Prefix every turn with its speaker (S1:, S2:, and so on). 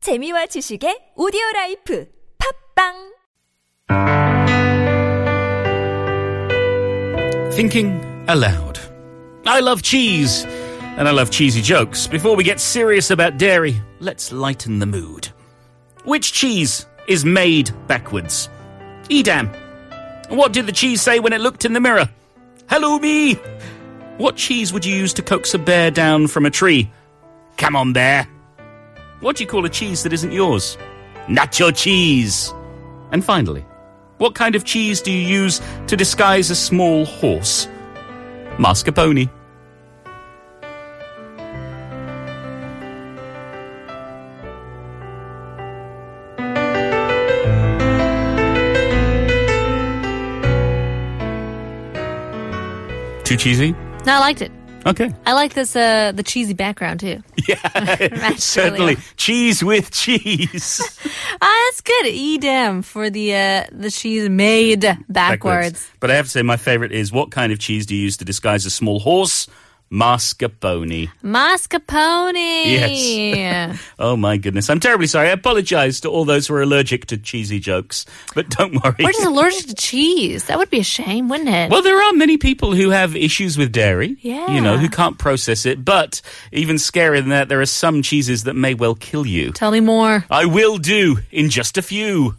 S1: 재미와 지식의 오디오 라이프 팝빵
S2: Thinking aloud. I love cheese, and I love cheesy jokes. Before we get serious about dairy, let's lighten the mood. Which cheese is made backwards? Edam. What did the cheese say when it looked in the mirror? Hello, me! What cheese would you use to coax a bear down from a tree? Come on, bear. What do you call a cheese that isn't yours? Nacho cheese. And finally, what kind of cheese do you use to disguise a small horse? Mascarpone. Too cheesy?
S3: No, I liked it.
S2: Okay.
S3: I like this uh the cheesy background too.
S2: Yeah, certainly. Cheese with cheese.
S3: Ah, that's good. Edam for the uh the cheese made backwards.
S2: But I have to say, my favourite is what kind of cheese do you use to disguise a small horse? Mascarpone.
S3: Mascarpone.
S2: Oh my goodness. I'm terribly sorry. I apologise to all those who are allergic to cheesy jokes, but don't worry.
S3: We're just allergic to cheese. That would be a shame, wouldn't it?
S2: Well, there are many people who have issues with dairy.
S3: Yeah.
S2: You know, who can't process it. But even scarier than that, there are some cheeses that may well kill you.
S3: Tell me more.
S2: I will do in just a few.